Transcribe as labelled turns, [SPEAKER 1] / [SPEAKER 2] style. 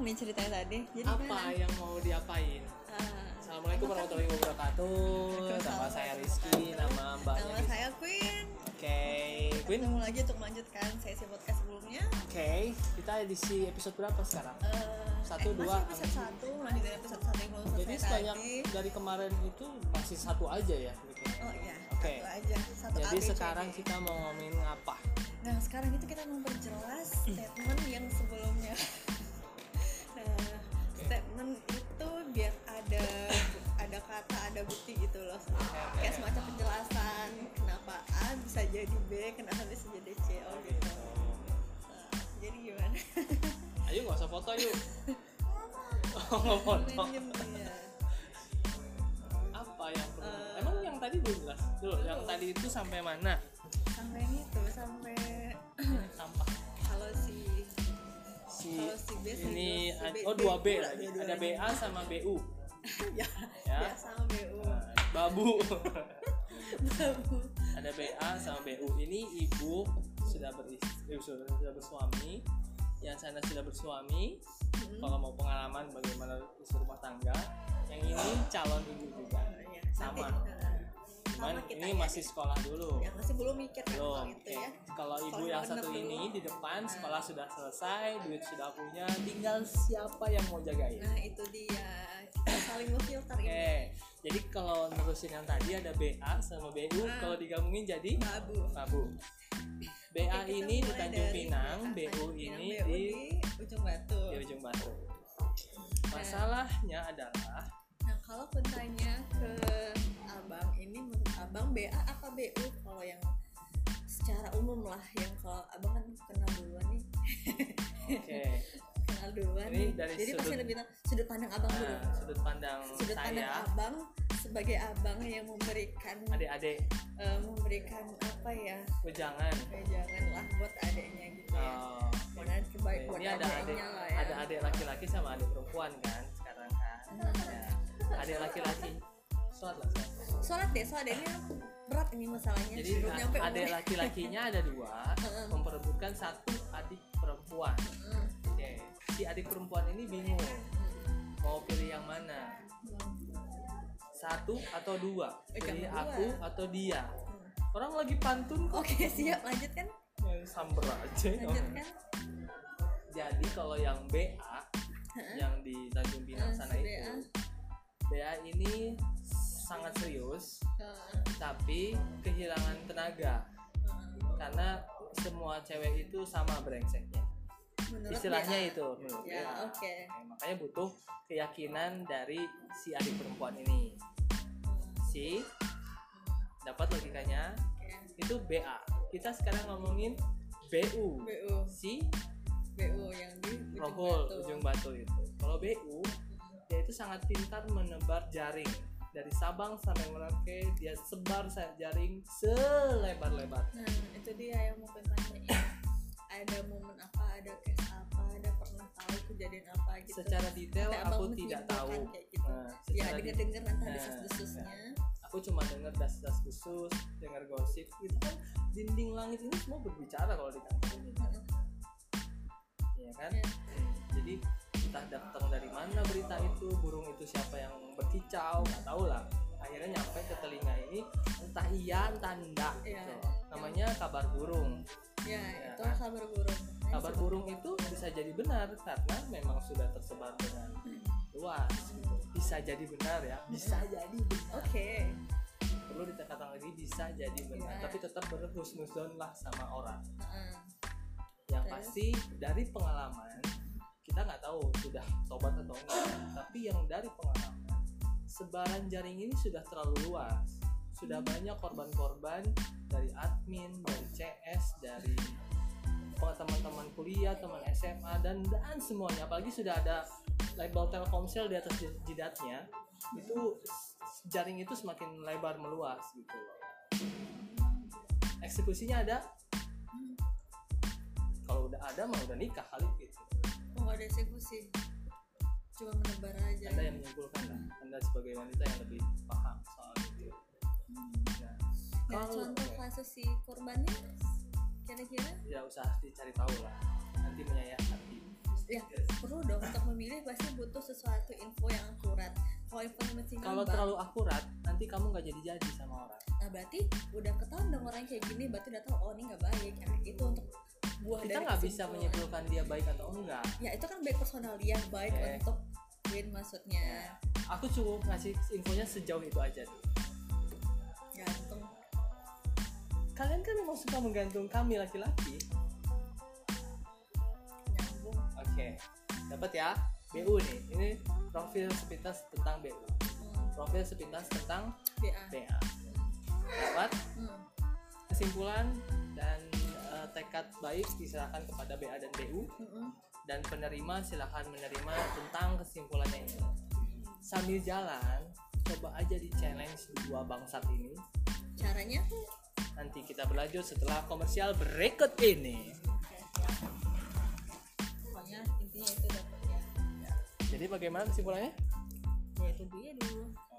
[SPEAKER 1] nih ceritanya tadi. Jadi
[SPEAKER 2] apa
[SPEAKER 1] gimana?
[SPEAKER 2] yang mau diapain
[SPEAKER 1] Ah,
[SPEAKER 2] Assalamualaikum warahmatullahi wabarakatuh nama
[SPEAKER 1] Waalaikumsalam
[SPEAKER 2] saya Rizky nama mbaknya
[SPEAKER 1] nama
[SPEAKER 2] Rizky.
[SPEAKER 1] saya Queen.
[SPEAKER 2] oke Queen
[SPEAKER 1] Ketemu lagi untuk melanjutkan sesi podcast sebelumnya.
[SPEAKER 2] oke kita di si episode berapa sekarang
[SPEAKER 1] Eh,
[SPEAKER 2] Satu,
[SPEAKER 1] eh, masih
[SPEAKER 2] dua,
[SPEAKER 1] episode satu, melanjutkan episode satu yang belum
[SPEAKER 2] jadi
[SPEAKER 1] selesai
[SPEAKER 2] sebanyak
[SPEAKER 1] tadi.
[SPEAKER 2] dari kemarin itu masih satu aja ya bikinnya.
[SPEAKER 1] Oh iya,
[SPEAKER 2] oke
[SPEAKER 1] satu aja. Satu
[SPEAKER 2] jadi
[SPEAKER 1] ABCD.
[SPEAKER 2] sekarang kita mau ngomongin apa
[SPEAKER 1] Nah sekarang itu kita memperjelas
[SPEAKER 2] Hmm.
[SPEAKER 1] statement yang sebelumnya. nah statement itu biar ada ada kata ada bukti gitu loh. Kayak semacam penjelasan kenapa A bisa jadi B, kenapa bisa jadi C, oh gitu. Nah, jadi gimana?
[SPEAKER 2] ayo nggak usah foto yuk oh nggak foto
[SPEAKER 1] Minjem dia.
[SPEAKER 2] apa yang perlu
[SPEAKER 1] Eh.
[SPEAKER 2] emang yang tadi belum jelas dulu yang
[SPEAKER 1] Belum.
[SPEAKER 2] tadi itu sampai mana
[SPEAKER 1] Sampai itu sampai
[SPEAKER 2] sampah
[SPEAKER 1] kalau si
[SPEAKER 2] si
[SPEAKER 1] Kalau si B sama
[SPEAKER 2] ini
[SPEAKER 1] si B-
[SPEAKER 2] oh dua
[SPEAKER 1] B-
[SPEAKER 2] B lagi
[SPEAKER 1] dua-duanya.
[SPEAKER 2] ada BA sama BU
[SPEAKER 1] ya,
[SPEAKER 2] Ya.
[SPEAKER 1] ya. sama BU
[SPEAKER 2] babu Nah.
[SPEAKER 1] babu
[SPEAKER 2] ada BA sama BU ini ibu sudah beristri eh, sudah, sudah bersuami yang sana sudah bersuami
[SPEAKER 1] Hmm.
[SPEAKER 2] kalau mau pengalaman bagaimana istri rumah tangga yang ini calon ibu juga
[SPEAKER 1] ya,
[SPEAKER 2] Sama.
[SPEAKER 1] nanti, eh,
[SPEAKER 2] cuman
[SPEAKER 1] sama kita
[SPEAKER 2] ini
[SPEAKER 1] ya.
[SPEAKER 2] masih sekolah dulu
[SPEAKER 1] yang masih belum mikir kan
[SPEAKER 2] belum
[SPEAKER 1] soal itu
[SPEAKER 2] oke.
[SPEAKER 1] ya
[SPEAKER 2] kalau ibu
[SPEAKER 1] Sekolah
[SPEAKER 2] yang
[SPEAKER 1] bener
[SPEAKER 2] satu ini
[SPEAKER 1] dulu. Nah.
[SPEAKER 2] di depan sekolah sudah selesai duit sudah punya tinggal siapa yang mau jagain
[SPEAKER 1] nah itu dia kita saling memfilter
[SPEAKER 2] Oke,
[SPEAKER 1] ini
[SPEAKER 2] jadi kalau nerusin yang tadi ada BA sama BU,
[SPEAKER 1] Ah.
[SPEAKER 2] kalau digabungin jadi
[SPEAKER 1] babu
[SPEAKER 2] Mabu.
[SPEAKER 1] Oke,
[SPEAKER 2] BA
[SPEAKER 1] kita
[SPEAKER 2] ini di
[SPEAKER 1] mulai
[SPEAKER 2] Tanjung
[SPEAKER 1] dari
[SPEAKER 2] Pinang,
[SPEAKER 1] belakang
[SPEAKER 2] BU
[SPEAKER 1] Tanjung Pinang, BU
[SPEAKER 2] ini di Iya.
[SPEAKER 1] di ujung batu
[SPEAKER 2] di ujung batu. Masalahnya adalah
[SPEAKER 1] nah kalau pun tanya ke abang ini menurut abang BA apa BU kalau yang secara umum lah yang kalau abang kan kenal duluan nih
[SPEAKER 2] oke,
[SPEAKER 1] kenal duluan
[SPEAKER 2] Ini
[SPEAKER 1] nih
[SPEAKER 2] dari
[SPEAKER 1] jadi pasti
[SPEAKER 2] sudut-
[SPEAKER 1] lebih tahu sudut pandang abang dulu
[SPEAKER 2] nah, sudut pandang
[SPEAKER 1] sudut pandang
[SPEAKER 2] saya
[SPEAKER 1] abang sebagai abang yang memberikan
[SPEAKER 2] adik-adik
[SPEAKER 1] eh, memberikan apa ya
[SPEAKER 2] wejangan.
[SPEAKER 1] Ya, janganlah buat adiknya gitu ya.
[SPEAKER 2] Oh,
[SPEAKER 1] Mudah-mudahan kebaik buat
[SPEAKER 2] ini Iya, ada adik
[SPEAKER 1] adiknya lah ya.
[SPEAKER 2] ada adik laki-laki sama adik perempuan kan sekarang kan.
[SPEAKER 1] Iya.
[SPEAKER 2] Ya. Adik laki-laki sholat lah. sholat.
[SPEAKER 1] Sholat deh, sholat deh. ini berat ini masalahnya.
[SPEAKER 2] Jadi
[SPEAKER 1] Iya,
[SPEAKER 2] nah,
[SPEAKER 1] Belum nyampe
[SPEAKER 2] a- adik
[SPEAKER 1] umurnya.
[SPEAKER 2] laki-lakinya ada dua,
[SPEAKER 1] Heeh.
[SPEAKER 2] memperebutkan satu adik perempuan.
[SPEAKER 1] Hmm.
[SPEAKER 2] Oke, si adik perempuan ini bingung mau pilih yang mana, satu atau dua,
[SPEAKER 1] Eh,
[SPEAKER 2] pilih
[SPEAKER 1] jangan
[SPEAKER 2] aku
[SPEAKER 1] dua. Hmm.
[SPEAKER 2] atau dia. Orang lagi pantun kok
[SPEAKER 1] Oke, siap kan? lanjutkan.
[SPEAKER 2] yang samber aja. ya.
[SPEAKER 1] Lanjutkan.
[SPEAKER 2] Jadi kalau yang BA, yang di Tanjung Pinang
[SPEAKER 1] Eh,
[SPEAKER 2] sana
[SPEAKER 1] si
[SPEAKER 2] itu, BA ini sangat serius,
[SPEAKER 1] Heeh.
[SPEAKER 2] tapi kehilangan tenaga karena semua cewek itu sama brengseknya.
[SPEAKER 1] Menurut
[SPEAKER 2] istilahnya
[SPEAKER 1] BA.
[SPEAKER 2] itu menurut
[SPEAKER 1] Ya,
[SPEAKER 2] gua.
[SPEAKER 1] oke.
[SPEAKER 2] Nah, makanya butuh keyakinan dari si adik perempuan ini si dapat logikanya
[SPEAKER 1] Oke.
[SPEAKER 2] itu BA kita sekarang ngomongin BU
[SPEAKER 1] BU,
[SPEAKER 2] si
[SPEAKER 1] BU yang di ujung
[SPEAKER 2] rohul
[SPEAKER 1] batu.
[SPEAKER 2] ujung batu itu kalau BU dia itu sangat pintar menebar jaring dari Sabang sampai Merauke dia sebar sa- jaring selebar-lebar
[SPEAKER 1] Nah, itu dia yang mau gue tanyain. ada momen apa, ada case apa, ada pernah tahu kejadian apa gitu.
[SPEAKER 2] secara detail
[SPEAKER 1] Sampai
[SPEAKER 2] aku
[SPEAKER 1] abang
[SPEAKER 2] tidak
[SPEAKER 1] menyimpulkan
[SPEAKER 2] tahu
[SPEAKER 1] kayak gitu. ya
[SPEAKER 2] Nah,
[SPEAKER 1] kan-
[SPEAKER 2] secara
[SPEAKER 1] denger
[SPEAKER 2] detail.
[SPEAKER 1] denger nanti ada
[SPEAKER 2] Nah,
[SPEAKER 1] desas-desusnya
[SPEAKER 2] aku cuma dengar das-das khusus, dengar gosip itu kan dinding langit ini semua berbicara kalau di kantor ini kan Iya kan
[SPEAKER 1] Iya.
[SPEAKER 2] jadi entah datang dari mana berita itu burung itu siapa yang berkicau nggak tahu lah akhirnya nyampe ke telinga ini entah iya entah enggak
[SPEAKER 1] Iya.
[SPEAKER 2] gitu. namanya kabar burung
[SPEAKER 1] ya
[SPEAKER 2] Ya.
[SPEAKER 1] itu kabar burung Nah,
[SPEAKER 2] kabar
[SPEAKER 1] sebelum-
[SPEAKER 2] burung itu bisa jadi benar karena memang sudah tersebar dengan luas gitu. bisa jadi benar ya bisa jadi benar
[SPEAKER 1] oke
[SPEAKER 2] perlu ditekankan lagi bisa jadi benar
[SPEAKER 1] Iya.
[SPEAKER 2] tapi tetap berhusnuzon lah sama orang
[SPEAKER 1] Heeh.
[SPEAKER 2] yang
[SPEAKER 1] Terus?
[SPEAKER 2] pasti dari pengalaman kita nggak tahu sudah tobat atau enggak tapi yang dari pengalaman sebaran jaring ini sudah terlalu luas sudah banyak korban-korban dari admin dari CS dari teman-teman kuliah teman SMA dan dan semuanya apalagi sudah ada label Telkomsel di atas jidatnya itu jaring itu semakin lebar meluas gitu loh eksekusinya ada kalau udah ada mah udah nikah kali gitu
[SPEAKER 1] oh nggak ada eksekusi cuma menebar aja
[SPEAKER 2] anda yang menyimpulkan lah anda sebagai wanita yang lebih paham soal itu nah,
[SPEAKER 1] nah, Hmm.
[SPEAKER 2] kalau eh.
[SPEAKER 1] contoh kasus si korbannya kira-kira
[SPEAKER 2] ya usah dicari tahu lah nanti menyayat hati
[SPEAKER 1] ya perlu dong untuk memilih pasti butuh sesuatu info yang akurat kalau informasinya
[SPEAKER 2] Kalau
[SPEAKER 1] bang-
[SPEAKER 2] terlalu akurat, nanti kamu nggak jadi-jadi sama orang.
[SPEAKER 1] nah berarti udah ketahuan dong orang kayak gini berarti udah tahu oh ini nggak baik nah, itu untuk buah
[SPEAKER 2] Kita
[SPEAKER 1] dari
[SPEAKER 2] nggak bisa
[SPEAKER 1] kesimpulan.
[SPEAKER 2] menyimpulkan dia baik atau enggak.
[SPEAKER 1] ya itu kan baik personal dia baik
[SPEAKER 2] Oke.
[SPEAKER 1] untuk win maksudnya
[SPEAKER 2] Aku cukup ngasih infonya sejauh itu aja tuh. Iya.
[SPEAKER 1] gantung
[SPEAKER 2] Kalian kan memang suka menggantung kami laki-laki.
[SPEAKER 1] nyambung
[SPEAKER 2] Oke, dapat ya. BU nih, ini profil sepintas tentang BU.
[SPEAKER 1] hmm,
[SPEAKER 2] Profil sepintas tentang
[SPEAKER 1] BA
[SPEAKER 2] BA. ya. Dapat
[SPEAKER 1] hmm.
[SPEAKER 2] kesimpulan dan eh, tekad baik diserahkan kepada BA dan BU.
[SPEAKER 1] Mm-mm.
[SPEAKER 2] dan penerima silahkan menerima tentang kesimpulannya ini. Sambil jalan, coba aja di challenge dua bangsat ini.
[SPEAKER 1] caranya
[SPEAKER 2] Nanti kita berlanjut setelah komersial berikut ini.
[SPEAKER 1] pokoknya intinya itu dapat ya
[SPEAKER 2] Jadi bagaimana kesimpulannya?
[SPEAKER 1] ya itu dia dulu